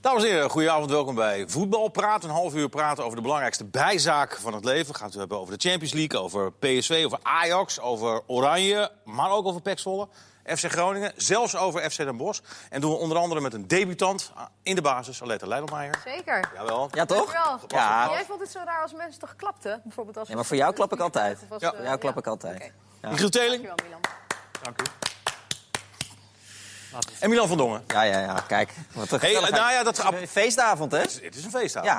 Dames en heren, goedenavond. Welkom bij Voetbal Praat. Een half uur praten over de belangrijkste bijzaak van het leven. Gaat het hebben over de Champions League, over PSV, over Ajax, over Oranje. Maar ook over Pek Zwolle, FC Groningen, zelfs over FC Den Bosch. En doen we onder andere met een debutant ah, in de basis, Aletta Leidelmeijer. Zeker. Jawel. Ja, toch? Dankjewel. Ja. Jij vond het zo raar als mensen toch klapten? Bijvoorbeeld als Ja, maar voor jou klap ik altijd. Of als, Ja. eh, Voor jou klap ik altijd. Oké. Michiel Teling. Dankjewel, Milan. Dank u. En Milan van Dongen. Ja, ja, ja. Kijk. Wat een Hey, gezelligheid. nou ja, dat Het is een feestavond, hè? Dit is een feestavond.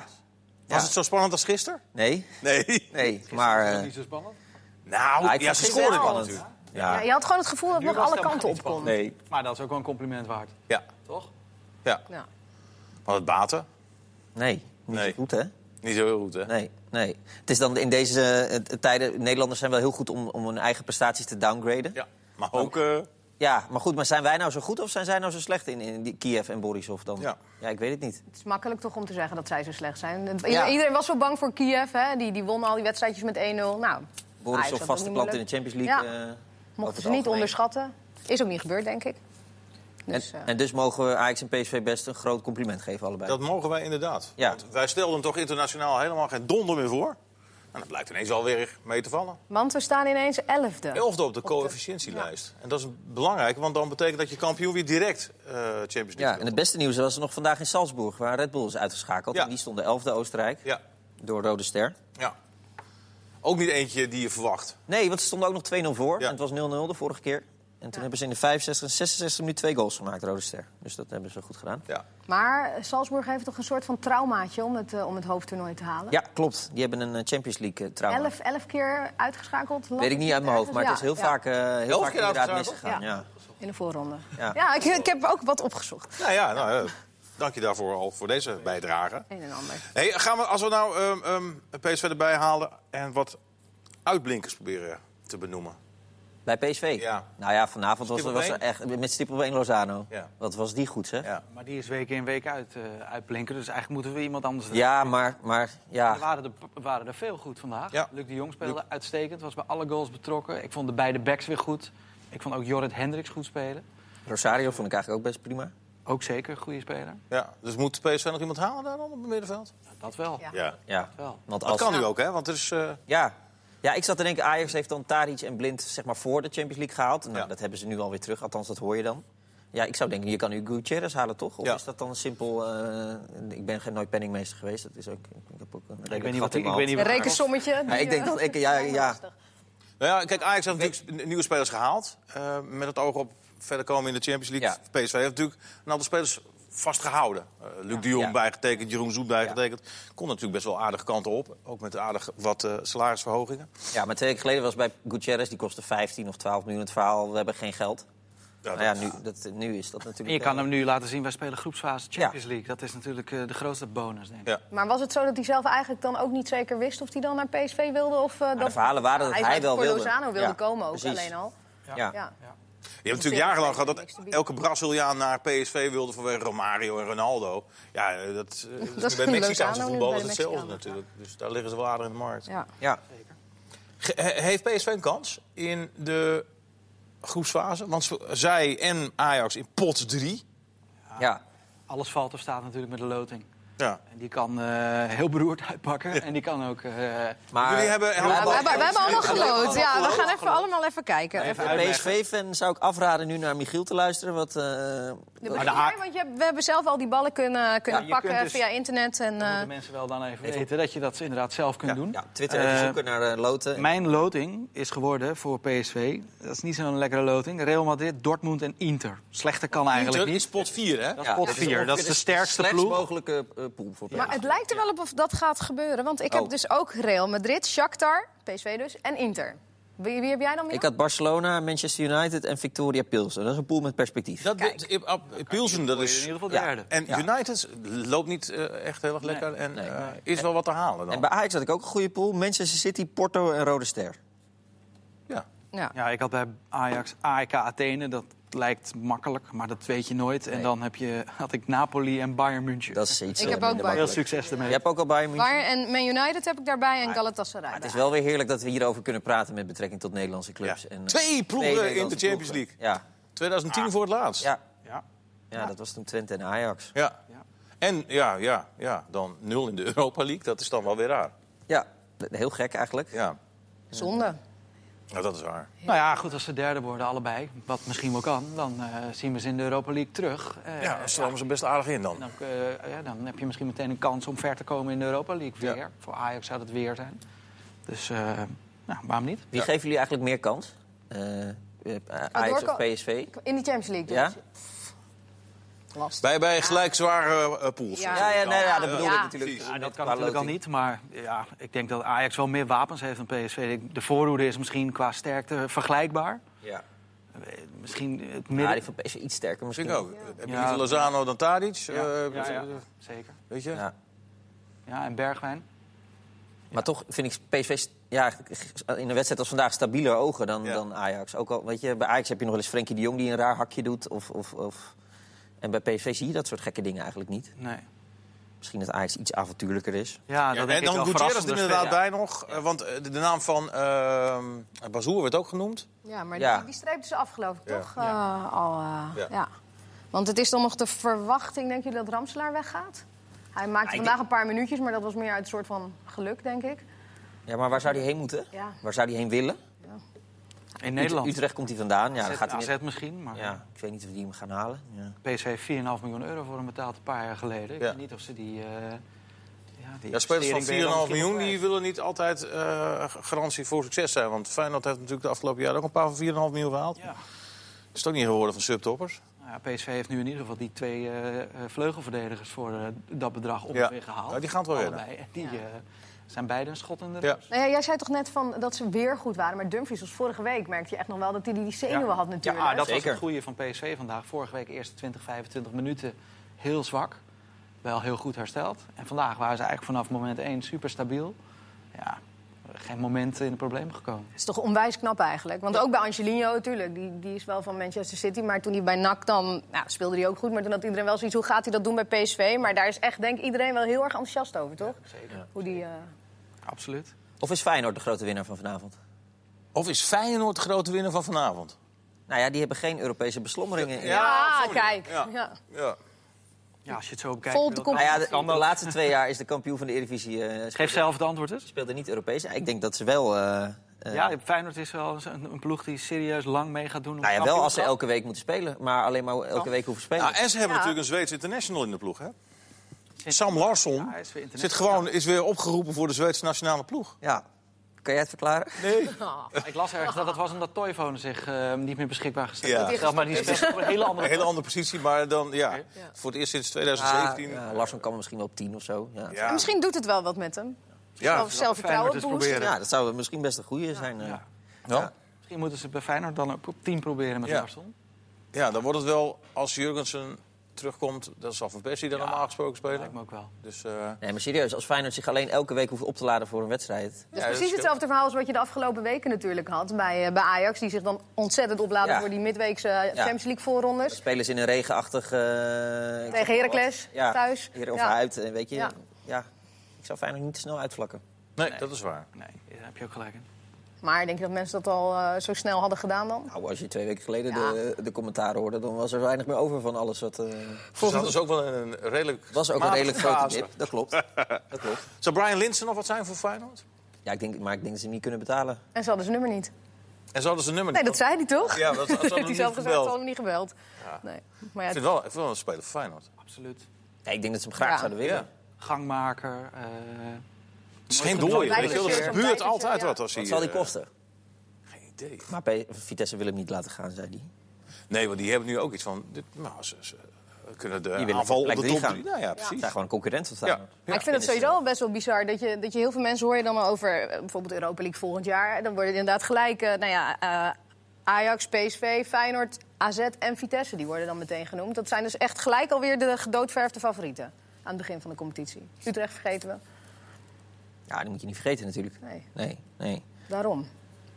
Ja. Was het zo spannend als gisteren? Nee. Nee. Nee, maar... eh, Niet zo spannend. Nou, Ja, ik ja, vond ze het scoorden wel wel. natuurlijk. Ja, je had gewoon het gevoel dat het nog alle kanten op kon. nee. Maar dat is ook wel een compliment waard, Ja, toch? ja. Ja. Want het baten. Nee. Niet Nee. zo goed, hè? Niet zo heel goed, hè? Nee, nee. Het is dan in deze eh, t- tijden... Nederlanders zijn wel heel goed om, om hun eigen prestaties te downgraden. Ja. Ja. Maar ook... eh, maar goed. Maar zijn wij nou zo goed of zijn zij nou zo slecht in, in die Kiev en Borisov dan? Ja. ik weet het niet. Het is makkelijk toch om te zeggen dat zij zo slecht zijn. Het- Ja. Iedereen was zo bang voor Kiev. Hè? Die, die won al die wedstrijdjes met 1-0. Nou, Ajax had Borisov ook vaste niet plant in moeilijk. de Champions League. Ja. eh, over mochten het ze niet algemeen. onderschatten. Is ook niet gebeurd, denk ik. En, Dus, eh, en dus mogen we Ajax en PSV best een groot compliment geven allebei. Dat mogen wij inderdaad. Ja. Want wij stelden toch internationaal helemaal geen donder meer voor. En dat blijkt ineens alweer mee te vallen. Want we staan ineens elfde. Elfde op de coëfficiëntielijst. En dat is belangrijk, want dan betekent dat je kampioen weer direct eh, Champions League Ja, en speelt. het beste nieuws was nog vandaag in Salzburg, waar Red Bull is uitgeschakeld. Ja. En die stonden 11e Oostenrijk Ja, door Rode Ster. ja. Ook niet eentje die je verwacht. Nee, want ze stonden ook nog 2-0 voor. Ja. En het was 0-0 de vorige keer. En toen hebben ze in de 65 en 66 minuten twee goals gemaakt, Rode Ster. Dus dat hebben ze goed gedaan. Ja. Maar Salzburg heeft toch een soort van traumaatje om het, eh, om het hoofdtoernooi te halen? Ja, klopt. Die hebben een eh, Champions League eh, trauma. Elf, elf keer uitgeschakeld. Weet ik niet uit mijn hoofd, maar het is heel vaak, eh heel Elf vaak keer inderdaad uitgeschakeld? misgegaan. Ja. In de voorronde. Ja. Ja, ik, ik heb ook wat opgezocht. Nou ja, nou, eh, dank je daarvoor al voor deze bijdrage. Een en ander. Hey, gaan we, als we nou ehm ehm, PSV erbij halen en wat uitblinkers proberen te benoemen. Bij PSV? Ja. Nou ja, vanavond was, Stippelbeen? was er echt... Met Stippelbeen Lozano. Ja. Wat was die goed, hè? Ja. Ja, Maar die is week in week uit eh, uitblinken. Dus eigenlijk moeten we iemand anders... maar... maar Er ja. waren er, waren er veel goed vandaag. Ja. Luc de Jong speelde uitstekend. Was bij alle goals betrokken. Ik vond de beide backs weer goed. Ik vond ook Jorrit Hendricks goed spelen. Rosario vond ik eigenlijk ook best prima. Ook zeker een goede speler. Ja, dus moet PSV nog iemand halen daar dan op het middenveld? Ja, Dat wel. Ja. Ja. Ja. Wel. Want Dat als, kan nu ook, hè? Want er is... eh, Ja. ja, ik zat te denken, Ajax heeft dan Taric en Blind zeg maar, voor de Champions League gehaald. Nou, Ja. Dat hebben ze nu alweer terug, althans dat hoor je dan. Ja, ik zou denken, je kan nu Gutierrez halen, toch? Of Ja. is dat dan een simpel... eh, ik ben geen, nooit penningmeester geweest, dat is ook... Ik, heb ook een redelijk Ik weet gat niet wat in die- mijn ik weet hand. niet Een wat rekensommetje. die, Ja, ik denk eh, dat ik... Ja, ja, Nou ja, kijk, Ajax heeft natuurlijk s- nieuwe spelers gehaald. eh, met het oog op verder komen in de Champions League. PSV heeft natuurlijk een aantal spelers vastgehouden. Eh, Luc de Jong Ja. bijgetekend, Jeroen Zoet bijgetekend. Kon natuurlijk best wel aardige kanten op. Ook met aardig wat eh, salarisverhogingen. ja, maar twee weken geleden was bij Gutierrez, die kostte 15 of 12 miljoen het verhaal. We hebben geen geld. Ja, Nou ja, nu, dat, nu is dat natuurlijk... En je kan eh, hem nu laten zien, wij spelen groepsfase Champions League. Dat is natuurlijk eh, de grootste bonus, denk ik. Ja. Maar was het zo dat hij zelf eigenlijk dan ook niet zeker wist of hij dan naar PSV wilde? Of, eh, de verhalen waren dat hij, hij wel voor wilde. Lozano wilde Ja, komen ook precies. alleen al. eh, Ja. Ja. Je hebt natuurlijk jarenlang gehad dat elke Braziliaan naar PSV wilde vanwege Romario en Ronaldo. Ja, eh, dat, eh, Dat is bij een Mexicaanse Lozano, voetbal nu is bij de hetzelfde Mexicanen. natuurlijk. Dus daar liggen ze wel aardig in de markt. Ja. Ja. Ge- he- Heeft PSV een kans in de groepsfase? Want zo- zij en Ajax in pot 3. ja, Alles valt of staat natuurlijk met de loting. Ja. En die kan eh, heel beroerd uitpakken. En die kan ook... eh, maar... Jullie hebben... We, hebben- hebben, we hebben allemaal geloot. Ja, we gaan even allemaal even kijken. Even- Voor PSV-fan zou ik afraden nu naar Michiel te luisteren. Wat, eh, wat- begin jij, want je- we hebben zelf al die ballen kunnen, kunnen je pakken kunt dus- via internet. En, eh, moeten mensen wel dan even weten dat je dat inderdaad zelf kunt doen. ja, Twitter even Eh, zoeken naar eh, Loten. Mijn loting is geworden voor PSV. Dat is niet zo'n lekkere loting. Real Madrid, Dortmund en Inter. Slechter kan eigenlijk Inter niet. is pot 4, hè? Dat is pot het 4. dat is ongeveer de sterkste slechtst ploeg. mogelijke eh, pool voor PSV. Maar het lijkt er wel op of dat gaat gebeuren. Want ik heb Oh. dus ook Real Madrid, Shakhtar, PSV dus, en Inter. Wie, wie heb jij dan meer? Ik had Barcelona, Manchester United en Victoria Pilsen. Dat is een pool met perspectief. Dat, dat- ab- Pilsen, dat Voor je In is... ieder geval Ja. derde. En Ja. United loopt niet eh, echt heel erg lekker en nee, eh, is wel wat te halen En dan. bij Ajax had ik ook een goede pool. Manchester City, Porto en Rode Ster. Ja. Ja. Ja, ik had bij Ajax AEK Athene. Dat lijkt makkelijk, maar dat weet je nooit. En Nee. dan heb je, had ik Napoli en Bayern München. Dat is iets Ik eh, heb ook minder Bayern. Veel makkelijk. succes ermee. Je hebt ook al Bayern München. Bayern en Man United heb ik daarbij en Galatasaray. Maar het is bij. wel weer heerlijk dat we hierover kunnen praten met betrekking tot Nederlandse clubs. Ja. En, eh, Twee ploegen in de Nederlandse Champions ploegen. League. 2010 voor het laatst. Ja. Ja. Ja. ja, dat was toen Twente en Ajax. Ja. Ja. En En ja, ja, ja, dan nul in de Europa League. Dat is dan wel weer raar. Ja, heel gek eigenlijk. Ja, Zonde. Ja, dat is raar. Nou ja, goed, als ze derde worden allebei, wat misschien wel kan... dan eh, zien we ze in de Europa League terug. Eh, Ja, ze slaan ze best aardig in dan. dan, eh, ja, dan heb je misschien meteen een kans om ver te komen in de Europa League Ja. weer. Voor Ajax zou dat weer zijn. Dus, eh, nou, waarom niet? Wie geven jullie eigenlijk meer kans? Eh, eh, Ajax of doorko- PSV? In de Champions League dus. Ja? Lastig. Bij, bij gelijk zware eh, pools. Ja. Ja, ja, nee, ja, dat bedoel ik Ja. natuurlijk. Precies. Ja, dat Met kan qua natuurlijk al loting. niet, maar ja, ik denk dat Ajax wel meer wapens heeft dan PSV. De voorhoede is misschien qua sterkte vergelijkbaar. Ja. Eh, Misschien het Ja, midden. die van PSV iets sterker Vind misschien. ik ook. Heb je Ja. liever Lozano dan Tadic? Eh, Ja, ja, zeker. Weet je? Ja. Ja, en Bergwijn. Maar toch vind ik PSV st- ja, in een wedstrijd als vandaag stabieler ogen dan, Ja. dan Ajax. Ook al, weet je, bij Ajax heb je nog wel eens Frenkie de Jong die een raar hakje doet. Of, of, of... En bij PSV zie je dat soort gekke dingen eigenlijk niet. Nee. Misschien dat Ajax iets avontuurlijker is. Ja, Ja, dat denk en ik wel dan Gutierrez er verrassender inderdaad spel. bij nog. eh, Want eh, de, de naam van ehm Bazoer werd ook genoemd. Ja, maar Ja. Die, die streep is af, geloof ik, Ja. toch? Eh, al, eh, Ja. ja. Want het is dan nog de verwachting, denk je, dat Ramselaar weggaat? Hij maakte ik vandaag een paar minuutjes, maar dat was meer uit een soort van geluk, denk ik. Ja, maar waar zou die heen moeten? Ja. Waar zou die heen willen? In Nederland. Ut- Utrecht komt hij vandaan. Ja, dan AZ, gaat hij AZ net- misschien, maar ja, ik weet niet of die hem gaan halen. Ja. PSV heeft 4,5 miljoen euro voor hem betaald een paar jaar geleden. Ik Ja. weet niet of ze die... eh, ja, die Ja, spelers van investering ben je dan 4,5 misschien miljoen nog die kwijt. willen niet altijd eh, garantie voor succes zijn. Want Feyenoord heeft natuurlijk de afgelopen jaren ook een paar van 4,5 miljoen gehaald. Ja. Is het ook niet geworden van subtoppers? Nou ja, PSV heeft nu in ieder geval die twee eh, eh, vleugelverdedigers voor eh, dat bedrag Ja. ongeveer gehaald. Ja, die gaan het wel redden. Allebei. Die Ja. eh, zijn beide een schot in de Ja. roos. Nou ja, jij zei toch net van dat ze weer goed waren, maar Dumfries was vorige week. Merkte je echt nog wel dat hij die, die zenuwen had natuurlijk. Ja, dat was Zeker. het goede van PSV vandaag. Vorige week eerste 20, 25 minuten heel zwak. Wel heel goed hersteld. En vandaag waren ze eigenlijk vanaf moment 1 super stabiel. Ja, geen moment in de problemen gekomen. is toch onwijs knap eigenlijk. Want ook bij Angelino natuurlijk, die, die is wel van Manchester City. Maar toen hij bij NAC dan, nou, speelde hij ook goed. Maar toen had iedereen wel zoiets, hoe gaat hij dat doen bij PSV? Maar daar is echt, denk ik, iedereen wel heel erg enthousiast over, toch? Zeker. Hoe die... eh, Absoluut. Of is Feyenoord de grote winnaar van vanavond? Of is Feyenoord de grote winnaar van vanavond? Nou ja, die hebben geen Europese beslommeringen. in. Ja, Ah, sorry. Ah, kijk. Ja. Ja. Ja. Ja, als je het zo bekijkt. Vol de wil- kom- Nou ja, de, Kan de dat. laatste twee jaar is de kampioen van de Eredivisie. eh Geef speelde, zelf het antwoord eens. speelde niet Europees. Ik denk dat ze wel. eh, eh, Ja, Feyenoord is wel eens een, een ploeg die serieus lang mee gaat doen. om nou ja, wel als ze kampioenschap. elke week moeten spelen, maar alleen maar elke week hoeven spelen. Nou, en ze hebben Ja. natuurlijk een Zweeds international in de ploeg, hè? Sam Larsson hij is weer international. zit gewoon, is weer opgeroepen voor de Zweedse nationale ploeg. Ja. Kan jij het verklaren? Nee. Ik las ergens dat dat was omdat Toyfone zich eh, niet meer beschikbaar gesteld Ja. had. Maar die speelt op een hele andere Een hele andere positie, maar dan, ja. Voor het eerst sinds 2017. Ah, Ja, ja, Larsson kan misschien wel op tien of zo. Ja, ja. Misschien doet het wel wat met hem. Ja, Zelf, zelfvertrouwen Feyenoord eens boost. proberen. Ja, dat zou misschien best een goede zijn. eh. Ja. Ja. Misschien moeten ze bij Feyenoord dan ook op 10 proberen met Ja. Larsson. Ja, dan wordt het wel, als Jurgensen terugkomt, dan zal Van Persie dan normaal gesproken spelen. Lijkt me ook wel. Dus, eh, Nee, maar serieus, als Feyenoord zich alleen elke week hoeft op te laden voor een wedstrijd. Dat Ja, is dat precies scheelt. hetzelfde verhaal als wat je de afgelopen weken natuurlijk had bij, eh, bij Ajax. Die zich dan ontzettend opladen Ja. voor die midweekse eh, Champions League voorrondes. Spelen ze in een regenachtig. eh, ik zeg Tegen maar Heracles, wat. Ja, thuis. Hier of Ja. uit, eh, weet je. Ja. Ja. Ik zou Feyenoord niet te snel uitvlakken. nee, dat is waar. Nee, daar heb je ook gelijk in. Maar denk je dat mensen dat al eh, zo snel hadden gedaan dan? Nou, als je twee weken geleden de, de commentaren hoorde, dan was er weinig meer over van alles wat. eh, Ze hadden dus ook wel een redelijk... was ook een matige redelijk grote fase. dip. Dat klopt. dat klopt. Zou Brian Linsen nog wat zijn voor Feyenoord? Ja, ik denk, maar ik denk dat ze hem niet kunnen betalen. En ze hadden zijn nummer niet. En ze hadden zijn nummer Nee, niet. dat zei hij toch? Ja, dat- dat heeft hadden we hij niet zelf gezegd, gebeld. hadden we niet gebeld. Nee. Maar ja, Ik vind wel, ik vind wel een speler voor Feyenoord. Absoluut. Nee, ik denk dat ze hem graag Ja. zouden willen. Ja. Gangmaker. eh, Het is geen dooi, Lijkt weet je wel. een Er shirt, gebeurt lijkt een altijd shirt, wat als hij... Wat zal die eh, kosten? Geen idee. Maar P- Vitesse wil hem niet laten gaan, zei hij. Nee, want die hebben nu ook iets van... Dit, nou, ze, ze kunnen de willen aanval voor op de top plek drie gaan. drie. Nou ja, Ze precies. zijn gewoon concurrent van Ja. Feyenoord. Maar ik vind het sowieso wel best wel bizar dat je, dat je heel veel mensen hoor je dan over eh, bijvoorbeeld Europa League volgend jaar. Dan worden inderdaad gelijk eh, nou ja, eh, Ajax, PSV, Feyenoord, AZ en Vitesse die worden dan meteen genoemd. Dat zijn dus echt gelijk alweer de gedoodverfde favorieten aan het begin van de competitie. Utrecht vergeten we. Ja, die moet je niet vergeten natuurlijk. Nee. Nee, nee. Daarom.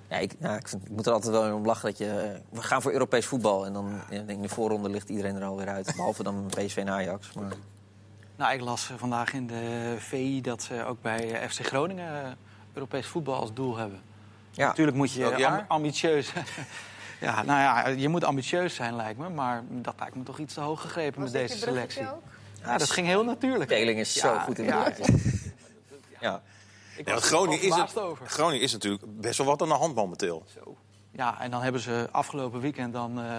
Ja, ik, nou, ik, vind- ik moet er altijd wel weer om lachen dat je... eh, we gaan voor Europees voetbal. En dan in in de voorronde ligt iedereen er alweer uit. Behalve dan PSV en Ajax. Maar nou, ik las eh, vandaag in de VI dat ze ook bij eh, FC Groningen eh, Europees voetbal als doel hebben. ja, Natuurlijk moet je Welk eh, jaar? am- ambitieus... ja, nou ja, je moet ambitieus zijn lijkt me. Maar dat lijkt me toch iets te hoog gegrepen Was met dit deze je bruggetje selectie. ook? ja, Ja, dat ging heel natuurlijk. Teling is zo Ja, goed in de ja, ja, ja. ja. Ik Ja, was want er Groningen, is verbaasd het, over. Groningen is natuurlijk best wel wat aan de hand momenteel. Ja, en dan hebben ze afgelopen weekend dan eh,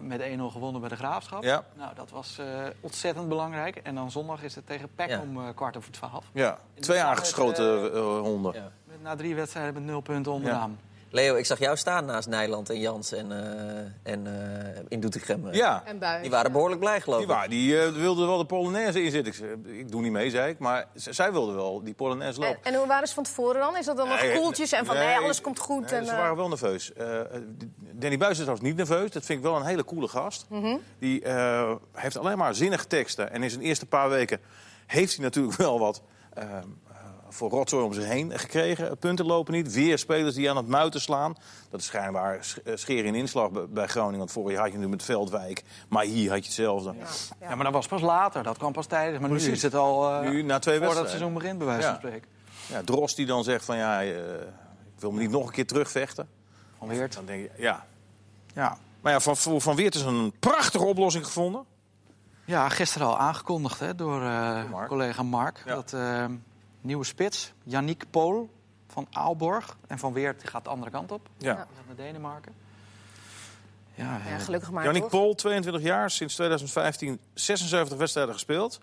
met 1-0 gewonnen bij de Graafschap. Ja. Nou, dat was eh, ontzettend belangrijk. En dan zondag is het tegen PEC Ja. om eh, kwart over twaalf. Ja, twee aangeschoten eh, honden. Ja. Met, na drie wedstrijden met nul punten onderaan. Leo, ik zag jou staan naast Nijland en Jans en, eh, en, eh, in Doetinchem. eh. Ja, En buien. Die waren behoorlijk blij, geloof die, ik. waren, die eh, wilden wel de Polonaise in zitten. Ik, zei, ik doe niet mee, zei ik, maar z- zij wilden wel die Polonaise En, lopen. en hoe waren ze van tevoren dan? Is dat dan nog Nee, koeltjes en van nee, alles komt goed? nee, en, ze eh, waren wel nerveus. Eh, eh, Danny Buis is trouwens niet nerveus. Dat vind ik wel een hele coole gast. Mhm. Die eh, heeft alleen maar zinnige teksten. En in zijn eerste paar weken heeft hij natuurlijk wel wat... eh, eh, voor rotzooi om zich heen gekregen. Punten lopen niet. Weer spelers die aan het muiten slaan. Dat is schijnbaar sch- eh, scheer in inslag bij- bij Groningen. Want vorig jaar had je nu met Veldwijk. Maar hier had je hetzelfde. Ja. maar dat was pas later. Dat kwam pas tijdens. Maar nu Precies. is het al eh, Nu, na twee voordat wedstrijden. het seizoen begint, bij wijze Ja. van spreken. Ja, Dros die dan zegt van ja, eh, ik wil me niet nog een keer terugvechten. Van Weert. Dan denk je, ja. Ja. Maar ja, van, voor Van Weert is een prachtige oplossing gevonden. ja, gisteren al aangekondigd hè, door eh, Mark. collega Mark. Ja. Dat eh, nieuwe spits, Yannick Pool van Aalborg. En Van Weert die gaat de andere kant op. Ja. Die gaat naar Denemarken. Ja, ja, eh, gelukkig maar. Yannick toch? Pol, 22 jaar, sinds 2015 76 wedstrijden gespeeld.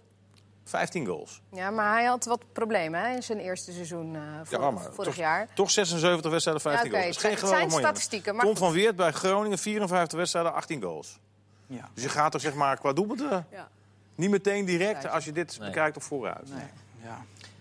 15 goals. Ja, maar hij had wat problemen hè, in zijn eerste seizoen eh, vor- Ja, maar vorig toch- jaar. Toch 76 wedstrijden, 15 Ja, oké, goals. het zijn- het zijn geweldig mooi statistieken, jongen. maar Tom van Weert bij Groningen, 54 wedstrijden, 18 goals. ja. Dus je gaat er zeg maar qua doelpunten Ja. niet meteen direct, Kijk. als je dit Nee. bekijkt, op vooruit. Nee, ja.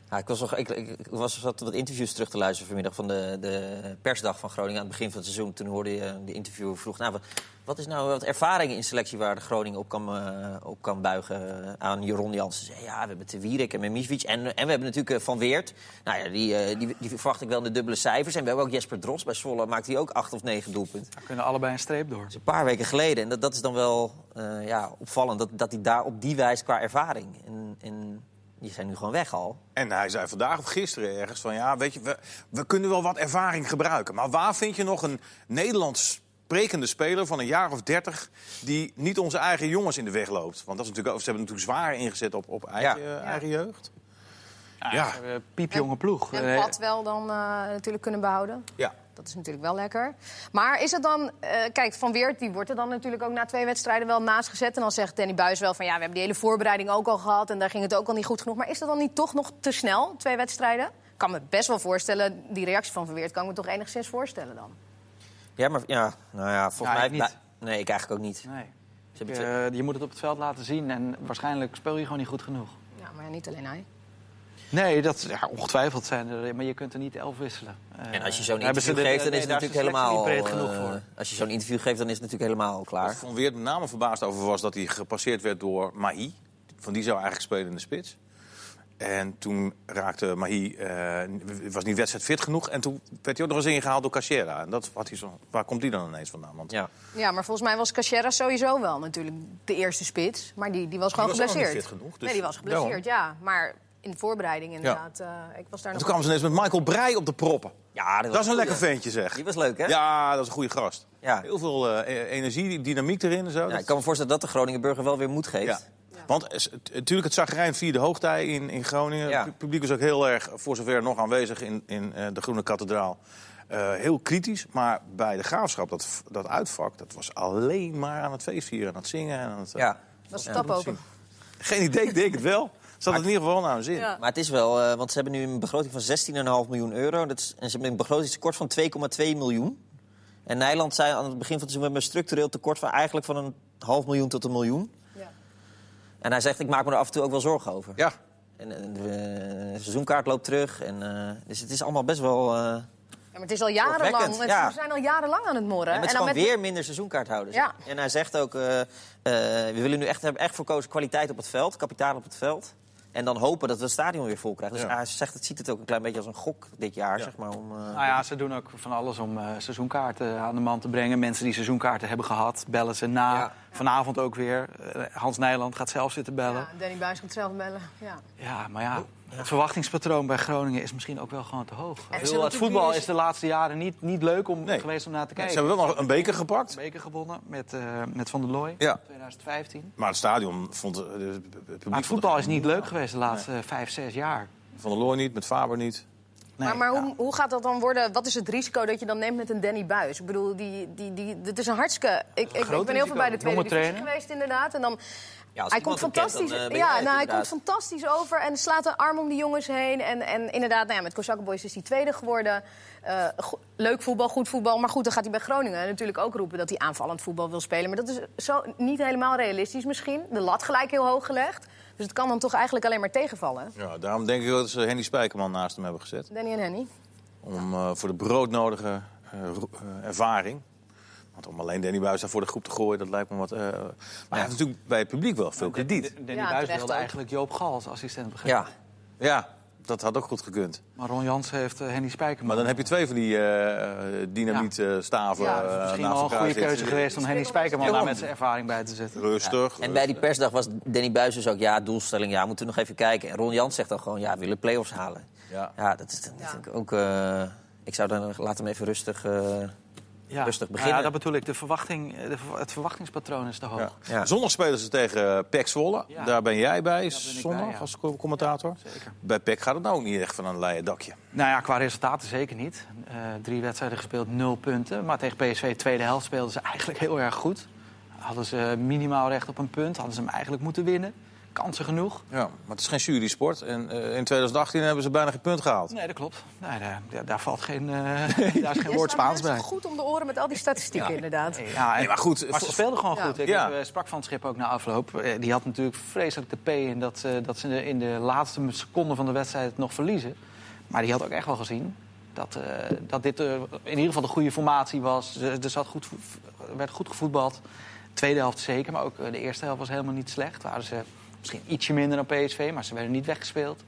Ja, Nou, ik, was nog, ik, ik, ik was, zat wat interviews terug te luisteren vanmiddag van de, de persdag van Groningen aan het begin van het seizoen. Toen hoorde je de interviewer vroeg, nou, wat, wat is nou wat ervaring in selectie waar de Groningen op kan, eh, op kan buigen eh, aan Jeroen Jansen? Zei, ja, we hebben Te Wierik en Mimicevic en, en we hebben natuurlijk eh, Van Weert. Nou ja, die, eh, die, die verwacht ik wel in de dubbele cijfers. En we hebben ook Jesper Drost bij Zwolle, maakt hij ook acht of negen doelpunten. Daar kunnen allebei een streep door. Dat is een paar weken geleden. En dat, dat is dan wel eh, ja, opvallend, dat, dat hij daar op die wijze qua ervaring... En, en die zijn nu gewoon weg al. En hij zei vandaag of gisteren ergens van... ja, weet je, we, we kunnen wel wat ervaring gebruiken. Maar waar vind je nog een Nederlands sprekende speler van een jaar of dertig... die niet onze eigen jongens in de weg loopt? Want dat is natuurlijk, ook- ze hebben natuurlijk zwaar ingezet op, op eigen, Ja. eh, eigen jeugd. Ja, Eh, piepjonge ploeg. En Eh, Pat wel dan eh, natuurlijk kunnen behouden. ja. Dat is natuurlijk wel lekker. Maar is het dan... eh, kijk, Van Weert die wordt er dan natuurlijk ook na twee wedstrijden wel naast gezet. En dan zegt Danny Buis wel van... ja, we hebben die hele voorbereiding ook al gehad... en daar ging het ook al niet goed genoeg. Maar is dat dan niet toch nog te snel, twee wedstrijden? Ik kan me best wel voorstellen, die reactie van Van Weert... kan ik me toch enigszins voorstellen dan. Ja, maar ja, nou ja, volgens Ja, mij... ik niet. Nee, ik eigenlijk ook niet. Nee. Ze hebben twee- Eh, je moet het op het veld laten zien en waarschijnlijk speel je gewoon niet goed genoeg. Ja, maar ja, niet alleen hij. Nee, dat, ja, ongetwijfeld zijn er, maar je kunt er niet elf wisselen. Eh, en als je zo'n daar hebben ze interview de- geeft, dan nee, is het natuurlijk daar de selectie helemaal... niet breed genoeg eh, voor. als je zo'n interview geeft, dan is het natuurlijk helemaal Waar klaar. Van Weert met name verbaasd over was dat hij gepasseerd werd door Mahi. Van die zou eigenlijk spelen in de spits. En toen raakte Mahi, eh, was niet wedstrijd fit genoeg. En toen werd hij ook nog eens ingehaald door Cachera. En dat had hij zo, waar komt die dan ineens vandaan? Want Ja. Ja, maar volgens mij was Cachera sowieso wel natuurlijk de eerste spits. Maar die, die was gewoon was ook geblesseerd. niet fit genoeg, dus- Nee, die was geblesseerd, ja. Maar in de voorbereiding inderdaad. eh, ik was daar En nog... toen kwamen ze ineens met Michael Breij op de proppen. ja, Dat is een lekker goeie. ventje, zeg. Die was leuk, hè? Ja, dat is een goede gast. Ja. Heel veel eh, energie, dynamiek erin en zo. Ja, Dat- ik kan me voorstellen dat de Groningenburger wel weer moed ja. geeft. Want eh, s- t- natuurlijk, het zagrijn vierde hoogtij in, in Groningen. Ja. Het publiek is ook heel erg, voor zover nog aanwezig in, in eh, de Groene Kathedraal. Eh, heel kritisch, maar bij de graafschap, dat, v- dat uitvak, dat was alleen maar aan het feestvieren, aan het zingen. En aan het, eh, Ja. was de tap open. Geen idee, ik denk het wel. Zat het in ieder geval naar hun zin. Ja. Maar het is wel, eh, want ze hebben nu een begroting van 16,5 miljoen euro. Dat is, en ze hebben een begrotingstekort van 2,2 miljoen. En Nijland zei aan het begin van het seizoen... we hebben een structureel tekort van eigenlijk van een half miljoen tot een miljoen. Ja. En hij zegt, ik maak me er af en toe ook wel zorgen over. Ja. En, en de eh, seizoenkaart loopt terug. En, eh, dus het is allemaal best wel... eh, Ja, maar het is al jarenlang. Zorgwekkend, Het, ja. We zijn al jarenlang aan het morren. Ja, maar het dan is gewoon weer minder seizoenkaarthouders. Ja. En hij zegt ook, eh, eh, we willen nu echt, hebben echt voor kozen kwaliteit op het veld, kapitaal op het veld. En dan hopen dat we het stadion weer vol krijgen. Dus Ja. hij zegt, het ziet het ook een klein beetje als een gok dit jaar, zeg maar. Om, eh, Nou ja, ze doen ook van alles om eh, seizoenkaarten aan de man te brengen. Mensen die seizoenkaarten hebben gehad, bellen ze na. Ja. Vanavond ook weer. Eh, Hans Nijland gaat zelf zitten bellen. Ja, Danny Buis gaat zelf bellen. Ja. Oh, Ja, maar ja, Het verwachtingspatroon bij Groningen is misschien ook wel gewoon te hoog. zijn Heel, het natuurlijk voetbal jongens- is de laatste jaren niet, niet leuk om, Nee. geweest om naar te Ze kijken. hebben wel nog een beker gepakt. beker gewonnen met, eh, met Van der Looy Ja. 2015. Maar het stadion vond eh, het publiek... Maar het vond- voetbal is niet leuk geweest de laatste eh, vijf, zes jaar. Van der Looy niet, met Faber niet. Nee, maar maar ja. hoe, hoe gaat dat dan worden? Wat is het risico dat je dan neemt met een Danny Buis? Ik bedoel, die, die, die, het is een hartstikke... Ik, ik, ik ben heel risico. veel bij de tweede Jonge divisie trainer. geweest, inderdaad. En dan, Ja, als hij iemand komt hem kent, dan, fantastisch, eh, ben jij ja, het nou, hij komt inderdaad. fantastisch over en slaat een arm om die jongens heen. En, en inderdaad, nou ja, met Kozakke Boys is hij tweede geworden. Eh, go- leuk voetbal, goed voetbal. Maar goed, dan gaat hij bij Groningen natuurlijk ook roepen... dat hij aanvallend voetbal wil spelen. Maar dat is zo niet helemaal realistisch misschien. De lat gelijk heel hoog gelegd. Dus het kan dan toch eigenlijk alleen maar tegenvallen. Ja, daarom denk ik dat ze Henny Spijkerman naast hem hebben gezet. Danny en Henny. Om eh, voor de broodnodige eh, ro- eh, ervaring. Want om alleen Danny Buis daar voor de groep te gooien, dat lijkt me wat. eh, maar hij heeft natuurlijk bij het publiek wel veel krediet. D- Danny Ja, Buijs terecht wilde ook. eigenlijk Joop Gal als assistent begrijpen. Ja, Ja, dat had ook goed gekund. Maar Ron Jans heeft eh, Henny Spijkerman. Maar dan heb je twee van die eh dynamietstaven Ja, Het is eh, naast misschien wel een elkaar goede zitten. keuze geweest om Henny Spijkerman daar met zijn ervaring bij te zetten. Rustig. En bij die persdag was Danny Buijs dus ook, ja, doelstelling, ja, moeten we nog even kijken. En Ron Jans zegt dan gewoon, ja, we willen play-offs halen. Ja. dat is dan denk ik ook... eh, ik zou dan, laat hem even rustig... eh, Ja. Rustig Nou beginnen. Ja, dat bedoel ik. De verwachting, eh, de ver- het verwachtingspatroon is te hoog. Ja. Ja. Zondag spelen ze tegen eh, PEC Zwolle. Ja. Daar ben jij bij, ben ik zondag, bij, ja. als co- commentator. Zeker. Bij PEC gaat het nou ook niet echt van een leien dakje. Nou ja, qua resultaten zeker niet. Eh, drie wedstrijden gespeeld, nul punten. Maar tegen PSV tweede helft speelden ze eigenlijk heel erg goed. Hadden ze minimaal recht op een punt. Hadden ze hem eigenlijk moeten winnen. Kansen genoeg. Ja, maar het is geen jury-sport. En eh, in 2018 hebben ze bijna geen punt gehaald. Nee, dat klopt. Nee, daar, daar- daar valt geen, eh, daar is Jij geen woord staat Spaans mensen bij. goed om de oren met al die statistieken, inderdaad. Nee, ja, en- Nee, maar goed. Maar ze speelden gewoon Ja. goed. Ik Ja. heb, eh, sprak van het schip ook na afloop. Eh, Die had natuurlijk vreselijk de P in dat, eh, dat ze in de, in de laatste seconde van de wedstrijd het nog verliezen. Maar die had ook echt wel gezien dat, eh, dat dit eh, in ieder geval de goede formatie was. Ze- Er zat goed, vo- werd goed gevoetbald. Tweede helft zeker, maar ook eh, de eerste helft was helemaal niet slecht. Waren ze misschien ietsje minder dan PSV, maar ze werden niet weggespeeld.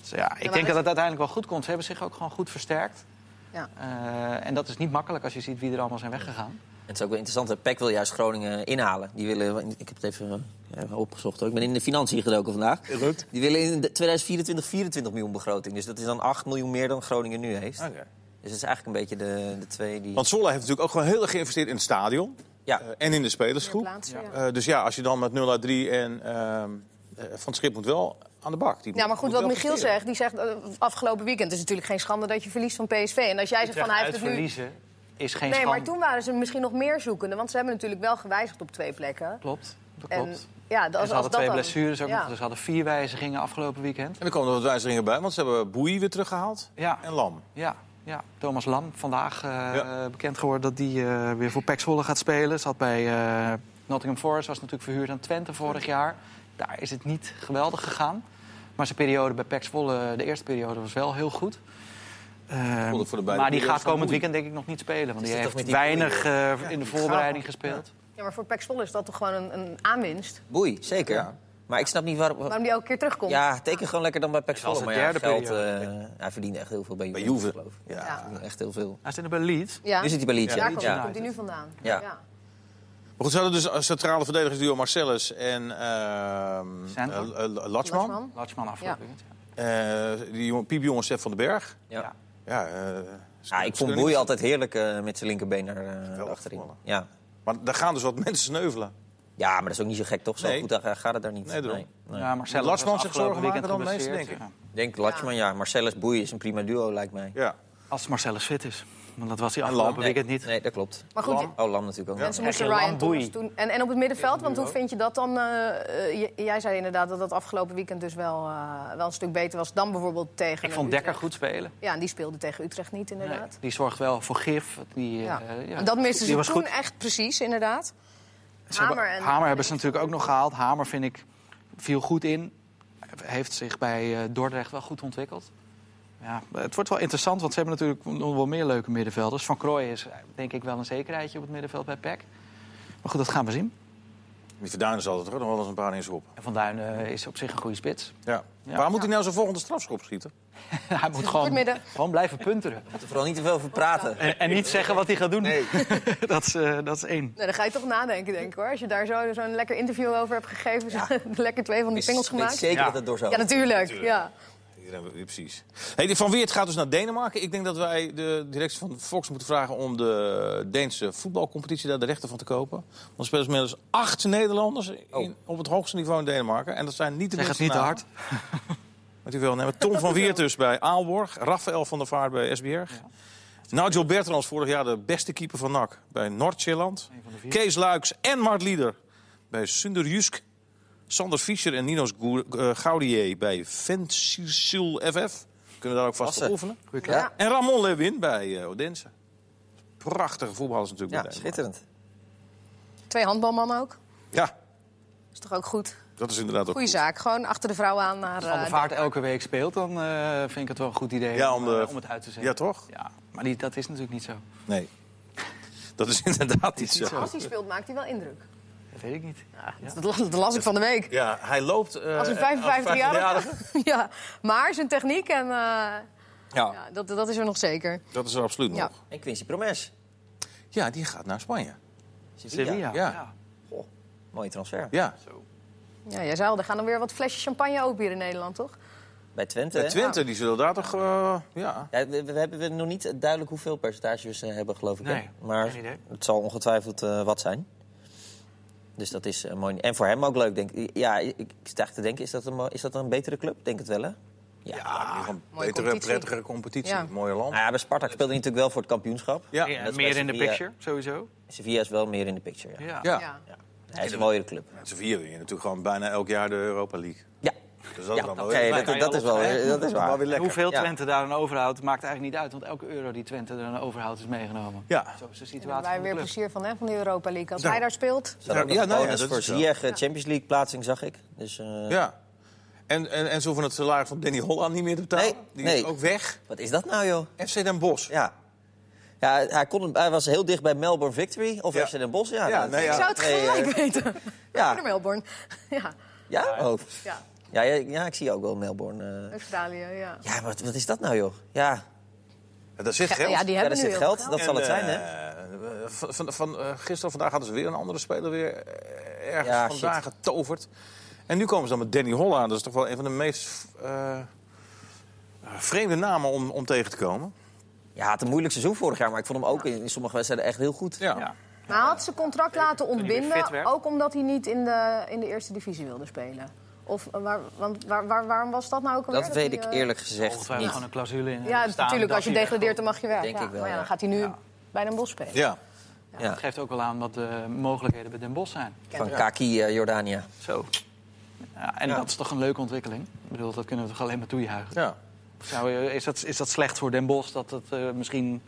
Dus ja, ik maar denk het- dat het uiteindelijk wel goed komt. Ze hebben zich ook gewoon goed versterkt. Ja. Eh, en dat is niet makkelijk als je ziet wie er allemaal zijn weggegaan. Het is ook wel interessant. hè. PEC wil juist Groningen inhalen. Die willen, ik heb het even eh, ja, opgezocht. Hoor. Ik ben in de financiën gedoken vandaag. Goed. Die willen in de 2024 24 miljoen begroting. Dus dat is dan 8 miljoen meer dan Groningen nu heeft. Oké. Dus dat is eigenlijk een beetje de, de twee die... Want Zwolle heeft natuurlijk ook gewoon heel erg geïnvesteerd in het stadion. Ja. eh, en in de spelersgroep. In de plaatsen, Eh, dus ja, als je dan met 0 à 3 en ehm, eh, Van Schip moet wel aan de bak. Die Ja, maar goed, moet wat wel Michiel presteren. zegt, die zegt eh, afgelopen weekend is natuurlijk geen schande dat je verliest van PSV. En als jij zegt van hij heeft het nu. verliezen is geen Nee, schande. maar toen waren ze misschien nog meer zoekende, want ze hebben natuurlijk wel gewijzigd op twee plekken. Klopt, dat En klopt. ja, En als, Dus ze als hadden dat twee dan- blessures ook ja. nog. Dus ze hadden vier wijzigingen afgelopen weekend. En er komen er wat wijzigingen bij, want ze hebben Boei weer teruggehaald. Ja, En Lam. ja, ja. Thomas Lam, vandaag eh, Ja. eh, bekend geworden dat hij eh, weer voor Pax Zwolle gaat spelen. Zat bij eh, Nottingham Forest, was natuurlijk verhuurd aan Twente vorig jaar. Daar is het niet geweldig gegaan. Maar zijn periode bij Pax Zwolle, de eerste periode, was wel heel goed. Eh, Voelde voor de beide maar die periodes gaat van komend Boei. weekend denk ik nog niet spelen. Want Is die dat toch heeft met die weinig eh, in de die voorbereiding gaat- gespeeld. ja, maar voor Pek Zwolle is dat toch gewoon een, een aanwinst. Boei, zeker. Ja. Maar ik snap niet waarom... Waarom die elke keer terugkomt. Ja, teken gewoon lekker dan bij PEC als Zwolle. Maar de ja, derde geld, periode. eh, hij verdient echt heel veel bij Bij Juve, Juve. geloof Ja. ik. Ja. Hij verdient Echt heel veel. Hij zit er bij Leeds. Ja. Nu zit hij bij Leeds, Daar ja. komt, Ja. komt hij nu vandaan. Ja. Maar goed, ze hadden dus als centrale verdedigers duo Marcellus en ehm Sanford. eh, eh, Latschman. Latschman. Latschman afgelopen Ja. weekend, ja. Eh, die jongen, piepjongen Sef van den Berg. Ja. Ja. Ja, eh, ze- Ja, ik ze vond kunnen Boei niet- altijd heerlijk eh, met zijn linkerbeen naar eh, Geweldig achterin. voetballer. Ja. Maar daar gaan dus wat mensen sneuvelen. ja, maar dat is ook niet zo gek, toch? Zo Nee. goed eh, gaat het daar niet. Nee, daarom. Nee. Ja, Marcelo Moet Lasman was zich afgelopen zorgen maken weekend dan mensen, geblesseerd, denk ja. Ik denk Latchman, ja. Marcellus Boei is een prima duo, lijkt mij. Ja. Als Marcellus fit is. Want dat was hij En afgelopen Lam, Nee, weekend niet. Nee, dat klopt. Maar goed, Lam. Oh, Lam natuurlijk ook. mensen Ja. moesten Krijg je Ryan Lamboei. Thomas doen. En, en op het middenveld, want hoe vind je dat dan? eh, eh, j- jij zei inderdaad dat dat afgelopen weekend dus wel, eh, wel een stuk beter was dan bijvoorbeeld tegen Ik vond Utrecht. Dekker goed spelen. Ja, en die speelde tegen Utrecht niet, inderdaad. Die zorgt wel voor gif. Die, eh, Ja. ja. En Dat misten Die ze toen was goed. echt precies, inderdaad. Ze hebben- Hamer en- Hamer hebben ze natuurlijk ook nog gehaald. Hamer, vind ik, viel goed in. Heeft zich bij eh, Dordrecht wel goed ontwikkeld. Ja, het wordt wel interessant, want ze hebben natuurlijk nog wel meer leuke middenvelders. Van Krooij is eh, denk ik wel een zekerheidje op het middenveld bij PEC. Maar goed, dat gaan we zien. Die verduinen zal het er ook nog wel eens een paar in schoppen. En Van Duin eh, is op zich een goede spits. Ja. Ja. Waar moet hij nou zijn volgende strafschop schieten? hij moet gewoon, Goedemiddag. gewoon blijven punteren. er vooral niet te veel over praten. En, en niet zeggen wat hij gaat doen. dat, is, eh, dat is één. Nou, dan ga je toch nadenken, denk ik hoor. Als je daar zo- zo'n lekker interview over hebt gegeven, zo- lekker twee van die pingels Ik weet gemaakt. zeker Ja. dat het door zou. Ja, natuurlijk. Natuurlijk. Ja. Hier hebben we- ja, precies. Hey, die van Weert gaat dus naar Denemarken. Ik denk dat wij de directie van Fox moeten vragen om de Deense voetbalcompetitie daar de rechten van te kopen. Want er spelen inmiddels acht Nederlanders in- Oh. op het hoogste niveau in Denemarken. En dat zijn niet de Zeg het minste niet te namen. hard. Met u wel nemen. Tom van Weert dus bij Aalborg. Rafael van der Vaart bij SBR. Nigel Bertrands, vorig jaar de beste keeper van NAC bij Noord-Zeeland. Eén van de vier. Kees Luiks en Mart Lieder bij Sunderjusk. Sander Fischer en Ninos Gou- eh, Gaudier bij Vensil FF. Kunnen daar ook vast op Klasse. oefenen. Goeie club. Ja, En Ramon Lewin bij eh Odense. Prachtige voetballers natuurlijk. ja bij schitterend. Twee handbalmannen ook. Denemarken. Ja, Is toch ook goed? dat is inderdaad ook Goeie goed. zaak. Gewoon achter de vrouw aan naar. Als Van de eh, Vaart elke week speelt, dan eh, vind ik het wel een goed idee Ja, om, om de- eh, om het uit te zetten. Ja, toch? Ja, maar die, dat is natuurlijk niet zo. Nee. Dat is inderdaad is iets. niet zo. als hij speelt, maakt hij wel indruk. Dat weet ik niet. Ja. Dat, las, dat las ik van de week. Ja, hij loopt... eh, Als een 55-jarige. 55-jarige. ja, maar zijn techniek en. eh, Ja, ja, dat, dat is er nog zeker. dat is er absoluut Ja. nog. En Quincy Promes. Ja, die gaat naar Spanje. Sevilla. Ja. ja. Goh, mooie transfer. Ja. Ja, jij zei al, er gaan er weer wat flesjes champagne open hier in Nederland, toch? Bij Twente. De hè? Twente, die zullen daar toch... eh, ja. Ja, we, we hebben we nog niet duidelijk hoeveel percentages eh, hebben, geloof ik. hè? Nee, maar geen idee. het zal ongetwijfeld eh, wat zijn. Dus dat is eh, mooi. En voor hem ook leuk, denk ik. Ja, ik ik sta echt te denken, is dat, een, mo- is dat een betere club? Denk het wel, hè? Ja. Ja, een Mooie betere, competitie. prettigere competitie. Ja. Mooie land. Nou ja, bij Spartak speelde hij natuurlijk wel voor het kampioenschap. Ja. Ja, Ja. dat is meer bij in de Sevilla. picture, sowieso. Sevilla is wel meer in de picture, ja. Ja. Ja. Hij is een mooiere club. Sevilla win je natuurlijk gewoon bijna elk jaar de Europa League. Ja, Dus dat ja. is dan wel oké, weer dat, fijn. dat, is wel, weer- dat is wel weer En lekker. Hoeveel Ja. Twente daar aan overhoudt, maakt eigenlijk niet uit. Want elke euro die Twente er aan overhoudt, is meegenomen. Ja. Zo is de Daar hebben situatie wij van de weer club. plezier van, hè, van die Europa League. Als Nou. hij daar speelt. Er zat ook nog Ja, een nou ja, bonus dat voor is zo. Ziyech, eh, Champions League plaatsing, zag ik. Dus eh, Ja. En, en, en ze hoeven het salaris van Danny Holland niet meer te betalen. Nee, die is nee. ook weg. wat is dat nou, joh? FC Den Bosch. Ja. Ja, hij, kon, hem- hij was heel dicht bij Melbourne Victory of Ja. FC Den Bosch. Ja, Ja, dat- nee, ja. Ik zou het Nee, eh, gelijk weten. ja. Voor Melbourne. Ja, Ja? Oh. ja. Ja, ja, ja, ik zie ook wel Melbourne. eh. Australië, ja. Ja, wat, wat is dat nou, joh? Ja, Ja, Daar zit geld. Ja, die ja hebben er nu zit heel geld, veel dat zal het zijn, eh, hè? hè? Van, van, van, eh, gisteren of vandaag hadden ze weer een andere speler weer eh, ergens Ja, vandaan getoverd. En nu komen ze dan met Danny Holland. Dat is toch wel een van de meest eh, vreemde namen om, om tegen te komen. Ja, het had een moeilijk seizoen vorig jaar, maar ik vond hem ook in, in sommige wedstrijden echt heel goed. Ja. Ja. Maar hij had zijn contract laten hij weer fit ontbinden, werd. ook omdat hij niet in de, in de eerste divisie wilde spelen. Of eh, waar, want waar, waar- waarom was dat nou ook alweer? Dat weet hij, ik eh, eerlijk gezegd Ongetwijfeld niet. gewoon een clausule in. eh, Ja, staan natuurlijk, dat als je hij- degradeert, dan mag je weg. Denk ja. ik wel, maar ja, ja. dan gaat hij nu bij Den Bosch spelen. Ja. Ja. Dat geeft ook wel aan wat de mogelijkheden bij Den Bosch zijn. Van Kaki eh, Jordania. Zo. Ja, en Ja. dat is toch een leuke ontwikkeling? Ik bedoel, dat kunnen we toch alleen maar toejuichen? ja. Zou je- is, dat, is dat slecht voor Den Bosch dat het eh, misschien...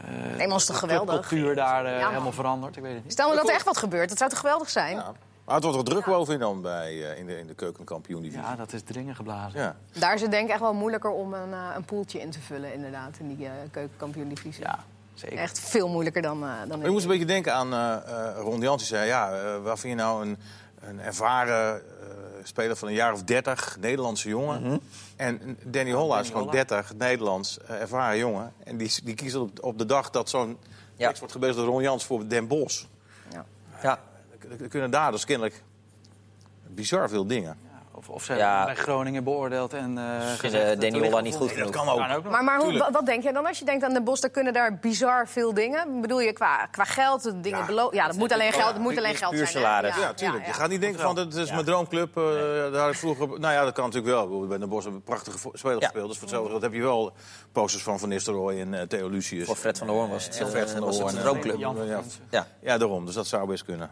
eh maar het is toch de geweldig? cultuur daar eh, Ja, man. helemaal verandert? Ik weet het niet. Stel nou dat er echt wat gebeurt, dat zou toch geweldig zijn? Ja. Maar het wordt wel druk bovenin dan bij, eh, in de, in de keukenkampioen-divisie. Ja, dat is dringen geblazen. Ja. Daar is het denk ik echt wel moeilijker om een, eh, een poeltje in te vullen, inderdaad, in die eh keukenkampioen-divisie. Ja, zeker. Echt veel moeilijker dan, eh dan in Maar je moest een beetje denken aan eh, eh, Ron Jans. Die zei, ja, eh, waar vind je nou een, een ervaren eh, speler van een jaar of 30 Nederlandse jongen? En Danny Holla is gewoon Holla. 30, Nederlands, eh, ervaren jongen. En die, die kiest op, op de dag dat zo'n Ja. tekst wordt gebezigd door Ron Jans voor Den Bos. Ja, Er kunnen daar dus kennelijk bizar veel dingen. Ja, Of, of ze Ja. hebben bij Groningen beoordeeld en eh, misschien gezegd, eh, eh, Danny toen Olla ligt niet het goed Nee, dat kan genoeg. ook. Kan ook nog. Maar, maar hoe, Tuurlijk. wa- wat denk jij dan als je denkt aan Den Bosch? Daar kunnen daar bizar veel dingen. Bedoel je qua, qua geld, de dingen Ja. belo- Ja, dat moet alleen geld, dat moet puur- alleen is geld puur zijn. hè? salaris. Ja, tuurlijk. Je gaat niet denken van, dat is Ja. mijn droomclub. eh, Daar heb ik vroeger... Nou ja, dat kan natuurlijk wel. Ik bedoel, Bij Den Bosch hebben we prachtige vo- spelers Ja. gespeeld. Dus voor hetzelfde geld heb je wel posters van Van Nistelrooy en eh, Theo Lucius. Voor Fred van der Hoorn was het, Ja, eh, Fred van der was het Hoorn, een eh, droomclub. Jan van Ja. Vliet. Ja, Ja, daarom. Dus dat zou best kunnen.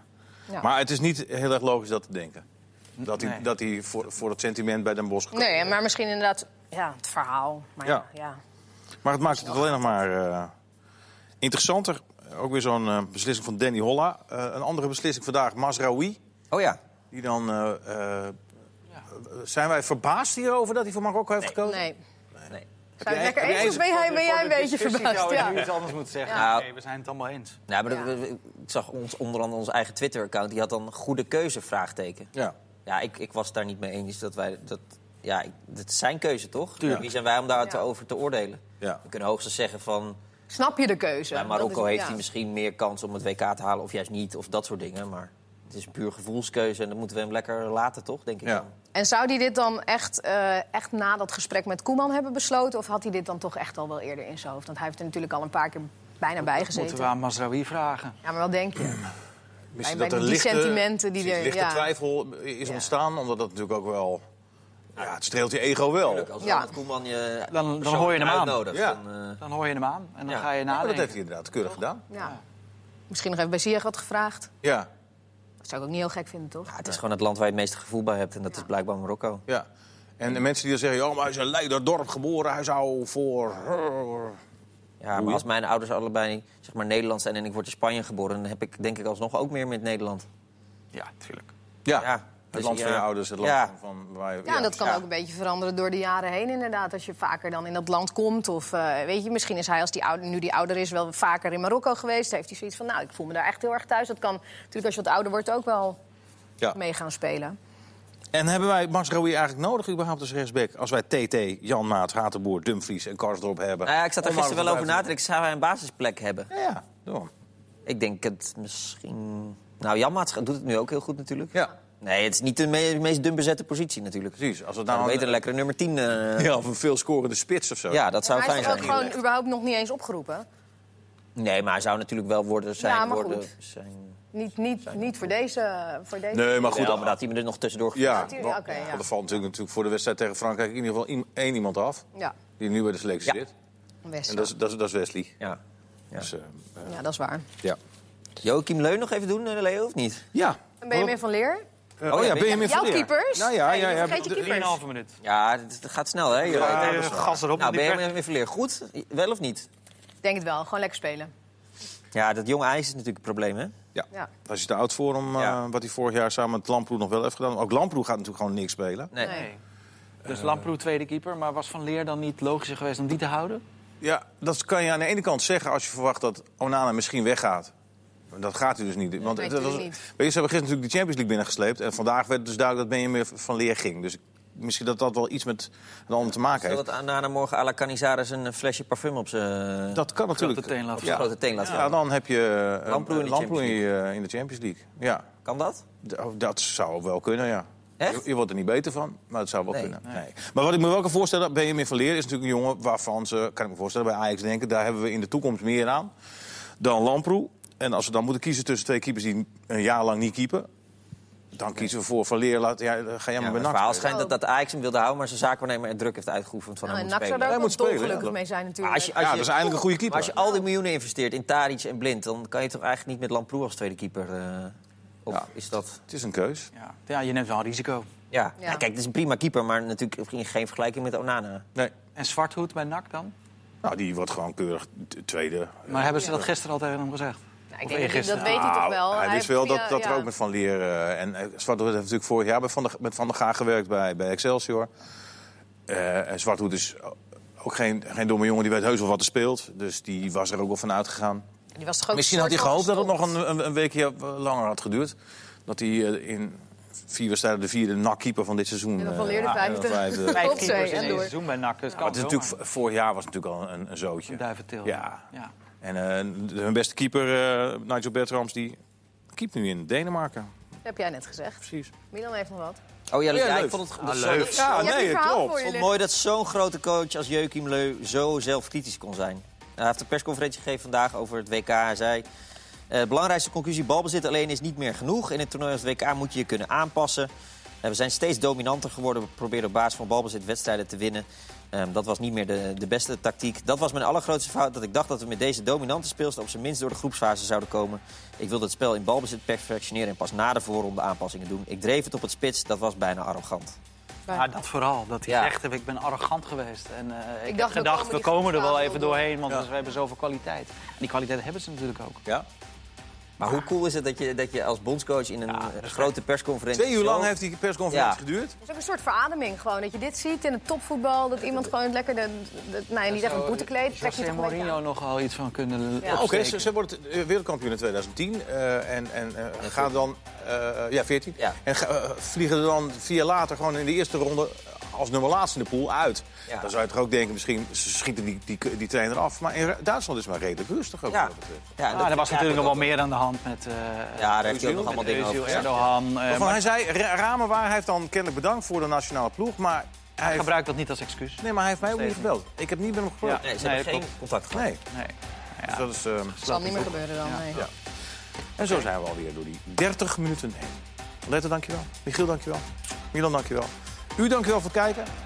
Ja. Maar het is niet heel erg logisch dat te denken. Dat hij, Nee. dat hij voor, voor het sentiment bij Den Bosch komt. Nee, maar misschien inderdaad ja, het verhaal. Maar ja. Ja. Ja, Maar het maakt het alleen nog maar eh, interessanter. Ook weer zo'n eh, beslissing van Danny Holla. Eh, een andere beslissing vandaag, Masraoui. oh ja. Die dan... eh, eh, Zijn wij verbaasd hierover dat hij voor Marokko heeft gekozen? Nee. Nee. Zijn we jij- lekker Oh. heb jij eens of eens- ben jij, ben jij een Voor de beetje discussie verbaasd? zou je Ja. nu iets anders moeten zeggen. Ja. Nee, we zijn het allemaal eens. Nou, maar Ja. dat- we- we- ik zag ons, onder andere ons eigen Twitter-account. Die had dan goede keuze, vraagteken. Ja. Ja, ik, ik was daar niet mee eens dat wij... Dat, ja, ik- dat is zijn keuze toch? Tuurlijk. Wie zijn wij om daarover Ja. over te oordelen? Ja. We kunnen hoogstens zeggen van... Snap je de keuze? bij Dat Marokko is- heeft ja. hij misschien meer kans om het WK te halen of juist niet. Of dat soort dingen. Maar het is een puur gevoelskeuze en dat moeten we hem lekker laten toch, denk ik Ja. dan. En zou hij dit dan echt, eh, echt na dat gesprek met Koeman hebben besloten? Of had hij dit dan toch echt al wel eerder in zijn hoofd? Want hij heeft er natuurlijk al een paar keer bijna bij gezeten. Moeten we aan Masraoui vragen. Ja, maar wat denk je? Misschien bij dat er die lichte, sentimenten die precies, er- lichte ja. twijfel is Ja. ontstaan, omdat dat natuurlijk ook wel... Ja, het streelt je ego wel. Als Ja. Ronald Koeman je Dan- dan persoonlijk hoor je hem aan. uitnodigt, Ja. dan, eh, Dan hoor je hem aan en dan Ja. ga je Ja, maar dat nadenken. heeft hij inderdaad keurig gedaan. Ja. Misschien nog even bij Ziyech wat gevraagd. Ja, Dat zou ik ook niet heel gek vinden, toch? ja, het is gewoon het land waar je het meeste gevoel bij hebt. En dat is blijkbaar Marokko. ja. En de mensen die dan zeggen, oh, maar hij is in Leiderdorp geboren, hij zou voor... Ja, maar als mijn ouders allebei zeg maar, Nederlands zijn en ik word in Spanje geboren... dan heb ik denk ik alsnog ook meer met Nederland. Ja, tuurlijk. Ja, Ja, het dus land van ja. je ouders, het land Ja. van- van waar je... Ja, en dat kan ja. ook een beetje veranderen door de jaren heen, inderdaad. Als je vaker dan in dat land komt. Of eh, weet je, misschien is hij, als die ouder, nu die ouder is, wel vaker in Marokko geweest. Heeft hij zoiets van, nou, ik voel me daar echt heel erg thuis. Dat kan natuurlijk als je wat ouder wordt ook wel Ja. mee gaan spelen. En hebben wij Max Rowie eigenlijk nodig überhaupt als rechtsback? Als wij TT, Jan Maat, Hatenboer, Dumfries en Karsdorp hebben. Nou ja, ik zat er Om maar gisteren wel wat over na uit te denken. Zouden wij een basisplek hebben? Ja, ja, doe hem. Ik denk het misschien... Nou, Jan Maats doet het nu ook heel goed natuurlijk. Ja, Nee, het is niet de me- meest dun bezette positie natuurlijk. precies. Als het Nou, nou beter een lekkere nummer 10. eh, ja. ja, of een veel scorende spits of zo. dat zou Maar hij fijn is er ook zijn. gewoon überhaupt nog niet eens opgeroepen. Nee, maar hij zou natuurlijk wel worden zijn. Ja, maar worden, goed. zijn... Niet, niet, niet voor deze... Voor deze. Nee, maar goed. Wel, maar dat hij me er nog tussendoor... Ja, Natuurlijk, want- oké, ja. want er valt natuurlijk, natuurlijk voor de wedstrijd tegen Frankrijk in ieder geval i- één iemand af. Ja, Die nu bij de selectie Ja. zit. West. En dat is, dat is, dat is Wesley. Ja. Ja. Dus, eh, Ja, dat is waar. ja. Joachim Leun nog even doen, eh, Leo, of niet? Ja. En ben je meer van leer? Eh, oh ja, ben je meer Jouw van leer? keepers? Nou ja, Nee, ja, je ja. vergeet je de- keeper. 3,5 minuut. Ja, het het gaat snel, hè? Joachim? eh, gas erop, Nou, die ben je pers- hem even verleer. Goed? Wel of niet? Ik denk het wel. Gewoon lekker spelen. Ja, dat jonge ijs is natuurlijk een probleem, hè? Ja. Ja. Daar zit te oud voor om eh, Ja. wat hij vorig jaar samen met Lamproe nog wel heeft gedaan. Ook Lamproe gaat natuurlijk gewoon niks spelen. Nee. Nee. Dus Lamproe tweede keeper, maar was Van Leer dan niet logischer geweest om die te houden? Ja, dat kan je aan de ene kant zeggen als je verwacht dat Onana misschien weggaat. Maar Dat gaat hij dus niet. Want nee, dat was, natuurlijk Weet je, ze hebben gisteren natuurlijk de Champions League binnengesleept. En vandaag werd dus duidelijk dat Benjamin van Leer ging. Dus ik- misschien dat dat wel iets met het ander te maken heeft. Zodat Anana morgen à la Canizares een eh, flesje parfum op zijn Dat kan natuurlijk. teen laten ja. grote teen laat ja, vallen. dan heb je eh, Lamproe in de Lamproe in, Champions je, eh, in de Champions League. Ja, Kan dat? D- oh, dat zou wel kunnen, ja. Echt? Je, je wordt er niet beter van, maar het zou wel Nee. kunnen. Nee. Maar wat ik me wel kan voorstellen, Benjamin van Leer is natuurlijk een jongen waarvan ze, kan ik me voorstellen, bij Ajax denken, daar hebben we in de toekomst meer aan dan Lamproe. En als we dan moeten kiezen tussen twee keepers die een jaar lang niet keepen, dan kiezen we voor Van Leer. Laat, ja, ga jij Ja, maar bij het NAC verhaal spelen. schijnt dat, dat Ajax hem wilde houden, maar zijn zaakwaarnemer er druk heeft uitgeoefend van Nou, hem en NAC moet zou spelen. daar Hij ook wel moet spelen, dolgelukkig ja. mee zijn Maar natuurlijk. als je, als Ja, je, dat is eindelijk een goede maar keeper. als je al die miljoenen investeert in Tadic en Blind... dan kan je toch eigenlijk niet met Lamproe als tweede keeper... eh, of Ja. is dat... Het is een keus. Ja. ja, je neemt wel een risico. Ja. Ja. Ja, kijk, het is een prima keeper, maar natuurlijk geen geen vergelijking met Onana. Nee. En Zwarthoed bij NAC dan? Nou, die wordt gewoon keurig t- tweede. Maar hebben ze dat gisteren al tegen hem gezegd? Nou, ik Of denk dat- dat eergisteren? weet hij toch Nou, wel. Hij wist heeft wel dat, via- dat er ja. ook met Van Leer... eh, en eh, Zwarthoed heeft natuurlijk vorig jaar bij van de, met Van der Gaag gewerkt bij, bij Excelsior. Eh, en Zwarthoed is ook geen, geen domme jongen, die weet heus wel wat er speelt. Dus die was er ook wel van uitgegaan. Die was toch ook Misschien had hij gehoopt dat het nog een, een, een weekje eh, langer had geduurd. Dat hij eh, in vier wedstrijden de vierde nakkeeper van dit seizoen... En dan eh, Van Leer de ja, vijfde. vijfde. Vijf Opzij keepers in en één door. seizoen bij NAC. Dus kan Maar het is zomaar. natuurlijk, vorig jaar was het natuurlijk al een, een zootje. Een duiventil. Ja. ja. En eh, de- hun beste keeper, eh, Nigel Bertrams, die keept nu in Denemarken. Dat heb jij net gezegd. Precies. Milan heeft nog wat. Oh ja, dat- Ja, ja, ik leuk. vond het, Ah, dat zo- leuk. dat- Ja, Je hebt nee, een verhaal klopt. voor je vond het liggen. mooi dat zo'n grote coach als Joachim Leu zo zelfkritisch kon zijn. Nou, Hij heeft een persconferentie gegeven vandaag over het WK. Hij zei... eh belangrijkste conclusie, balbezit alleen is niet meer genoeg. In het toernooi als het WK moet je je kunnen aanpassen. Eh, we zijn steeds dominanter geworden. We proberen op basis van balbezit wedstrijden te winnen. Ehm, dat was niet meer de, de beste tactiek. Dat was mijn allergrootste fout. Dat ik dacht dat we met deze dominante speelster op zijn minst door de groepsfase zouden komen. Ik wilde het spel in balbezit perfectioneren en pas na de voorronde aanpassingen doen. Ik dreef het op het spits. Dat was bijna arrogant. Maar dat vooral, dat hij Ja. zegt, ik ben arrogant geweest. En eh, ik, dacht, dacht, we heb gedacht, komen we die komen er wel groepsfase even wel door. doorheen, want we hebben zoveel kwaliteit. En die kwaliteit hebben ze natuurlijk ook. Ja. Maar hoe cool is het dat je, dat je als bondscoach in een eh, grote persconferentie... Twee uur lang zo- heeft die persconferentie Ja. geduurd. Het is ook een soort verademing gewoon. Dat je dit ziet in het topvoetbal. Dat iemand gewoon lekker... De, de, nou nee, niet echt een boetekleed. Trek je José toch een beetje Mourinho aan. nogal iets van kunnen Ja. Oké, opsteken. ze, ze wordt eh, wereldkampioen in 2010. eh, en en eh, gaat dan eh, eh, ja, 14. Ja. En ga- eh, vliegen er dan vier later gewoon in de eerste ronde als nummer laatste in de pool uit. Ja. Dan zou je toch ook denken, misschien ze schieten die, die, die trainer af. Maar in Duitsland is het maar redelijk rustig ook. Ja. wat dat betreft. Ja, Ah, er was natuurlijk nog wel wel meer aan de hand met... eh Ja, daar heeft hij ook nog Özil, allemaal dingen Özil, over. gezegd. Erdogan. eh, Waarvan maar hij zei, Ra- Ramenwaar heeft dan kennelijk bedankt voor de nationale ploeg. Maar hij heeft, gebruik dat niet als excuus. nee, maar hij heeft mij ook niet Steeds gebeld. Ik heb niet met hem Ja. gepraat. Nee, ze Nee, hebben dat geen contact gehad. Nee, Nee. dus dat is... ehm, Dat zal niet meer gebeuren dan. Ja. nee. Ja. En zo zijn we alweer door die 30 minuten heen. Letter, dankjewel. Michiel, dankjewel. Milan, dankjewel. U, dankjewel voor het kijken.